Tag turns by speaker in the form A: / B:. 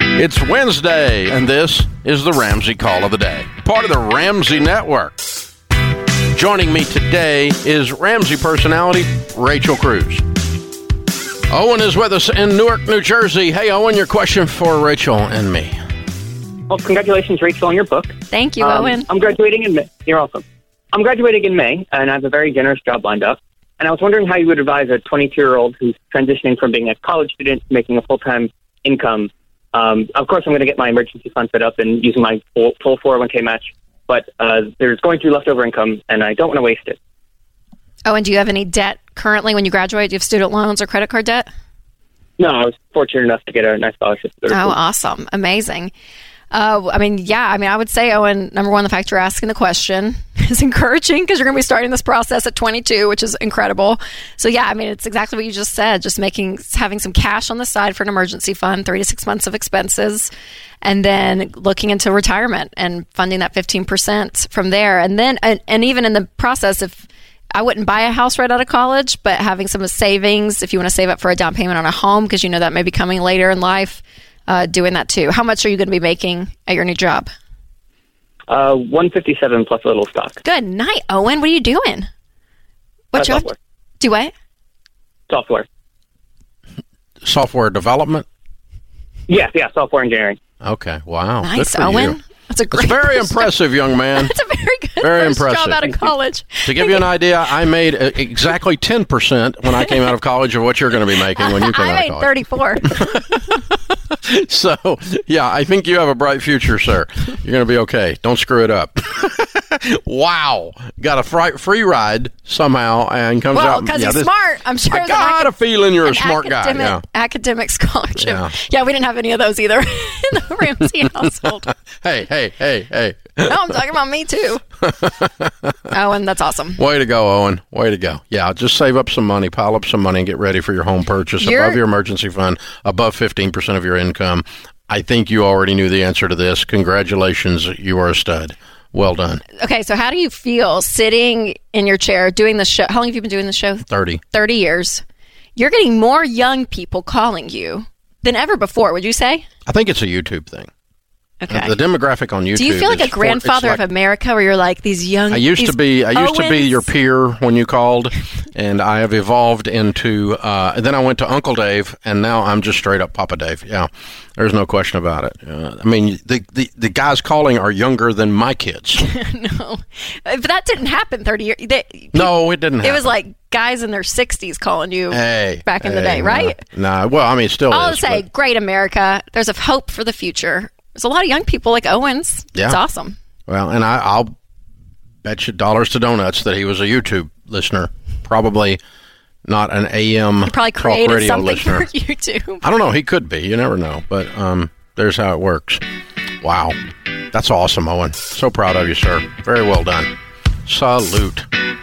A: It's Wednesday, and this is the Ramsey Call of the Day, part of the Ramsey Network. Joining me today is Ramsey personality Rachel Cruz. Owen is with us in Newark, New Jersey. Hey, Owen, your question for Rachel and me.
B: Well, congratulations, Rachel, on your book.
C: Thank you,
B: Um,
C: Owen.
B: I'm graduating in May. You're welcome. I'm graduating in May, and I have a very generous job lined up. And I was wondering how you would advise a 22 year old who's transitioning from being a college student to making a full time income. Um, of course, I'm going to get my emergency fund set up and using my full, full 401k match, but uh, there's going to be leftover income, and I don't want to waste it.
C: Owen, do you have any debt currently when you graduate? Do you have student loans or credit card debt?
B: No, I was fortunate enough to get a nice scholarship.
C: Oh, awesome. Amazing. Uh, I mean, yeah, I mean, I would say, Owen, number one, the fact you're asking the question is encouraging because you're going to be starting this process at 22, which is incredible. So, yeah, I mean, it's exactly what you just said just making, having some cash on the side for an emergency fund, three to six months of expenses, and then looking into retirement and funding that 15% from there. And then, and, and even in the process, if I wouldn't buy a house right out of college, but having some savings, if you want to save up for a down payment on a home, because you know that may be coming later in life, uh, doing that too. How much are you going to be making at your new job?
B: Uh, 157 plus a little stock.
C: Good night, Owen. What are you doing?
B: Uh,
C: What job?
B: software.
C: Do what?
B: Software.
A: Software development?
B: Yeah, yeah, software engineering.
A: Okay, wow. good
C: Nice,
A: for
C: Owen.
A: you.
C: That's a great.
A: That's very
C: first-
A: impressive, young man.
C: That's a very good
A: Very
C: first
A: impressive.
C: job out of college.
A: To give you an idea, I made uh, exactly 10% when I came out of college of what you're going to be making when you come out
C: I
A: of
C: made
A: college.
C: 34.
A: So, yeah, I think you have a bright future, sir. You're going to be okay. Don't screw it up. wow. Got a fri- free ride somehow and comes
C: well,
A: out.
C: because
A: yeah,
C: he's
A: this-
C: smart. I'm sure
A: I
C: that I
A: got
C: could-
A: a feeling you're a
C: an
A: smart guy.
C: academic,
A: Yeah.
C: academic scholarship.
A: Yeah.
C: Yeah. we didn't have any of those either in the Ramsey household.
A: Hey, hey, hey, hey.
C: No, I'm talking about me too. oh, and that's awesome.
A: Way to go, Owen. Way to go. Yeah, just save up some money, pile up some money, and get ready for your home purchase
C: You're-
A: above your emergency fund, above 15% of your income. I think you already knew the answer to this. Congratulations. You are a stud. Well done.
C: Okay, so how do you feel sitting in your chair doing the show? How long have you been doing the show?
A: 30.
C: 30 years. You're getting more young people calling you than ever before, would you say?
A: I think it's a YouTube thing.
C: Okay.
A: The demographic on YouTube.
C: do you feel like
A: is
C: a grandfather
A: for, it's like-
C: of America where you're like these young
A: I used to
C: these
A: be. I used to be
C: Owens?
A: your peer when you called, and I have evolved into. Uh, and then I went to Uncle Dave, and now I'm just straight up Papa Dave. Yeah, there's no question about it. Uh, I mean, the, the the guys calling are younger than my kids.
C: no. But that didn't happen 30 years. They,
A: No, it didn't.
C: It
A: Happen.
C: was like guys in their 60s calling you
A: hey,
C: back in the
A: hey,
C: day,
A: nah,
C: right?
A: Nah, well, I mean, it still.
C: I'll
A: is,
C: say,
A: but-
C: great America. There's a hope for the future. There's a lot of young people like Owens.
A: Yeah.
C: It's awesome.
A: well, and I, I'll bet you dollars to donuts that he was a YouTube listener, probably not an AM
C: Probably
A: talk
C: created
A: radio
C: something
A: listener.
C: for YouTube.
A: I don't know. He could be. You never know. But um, there's how it works. Wow. That's awesome, Owen. So proud of you, sir. Very well done. Salute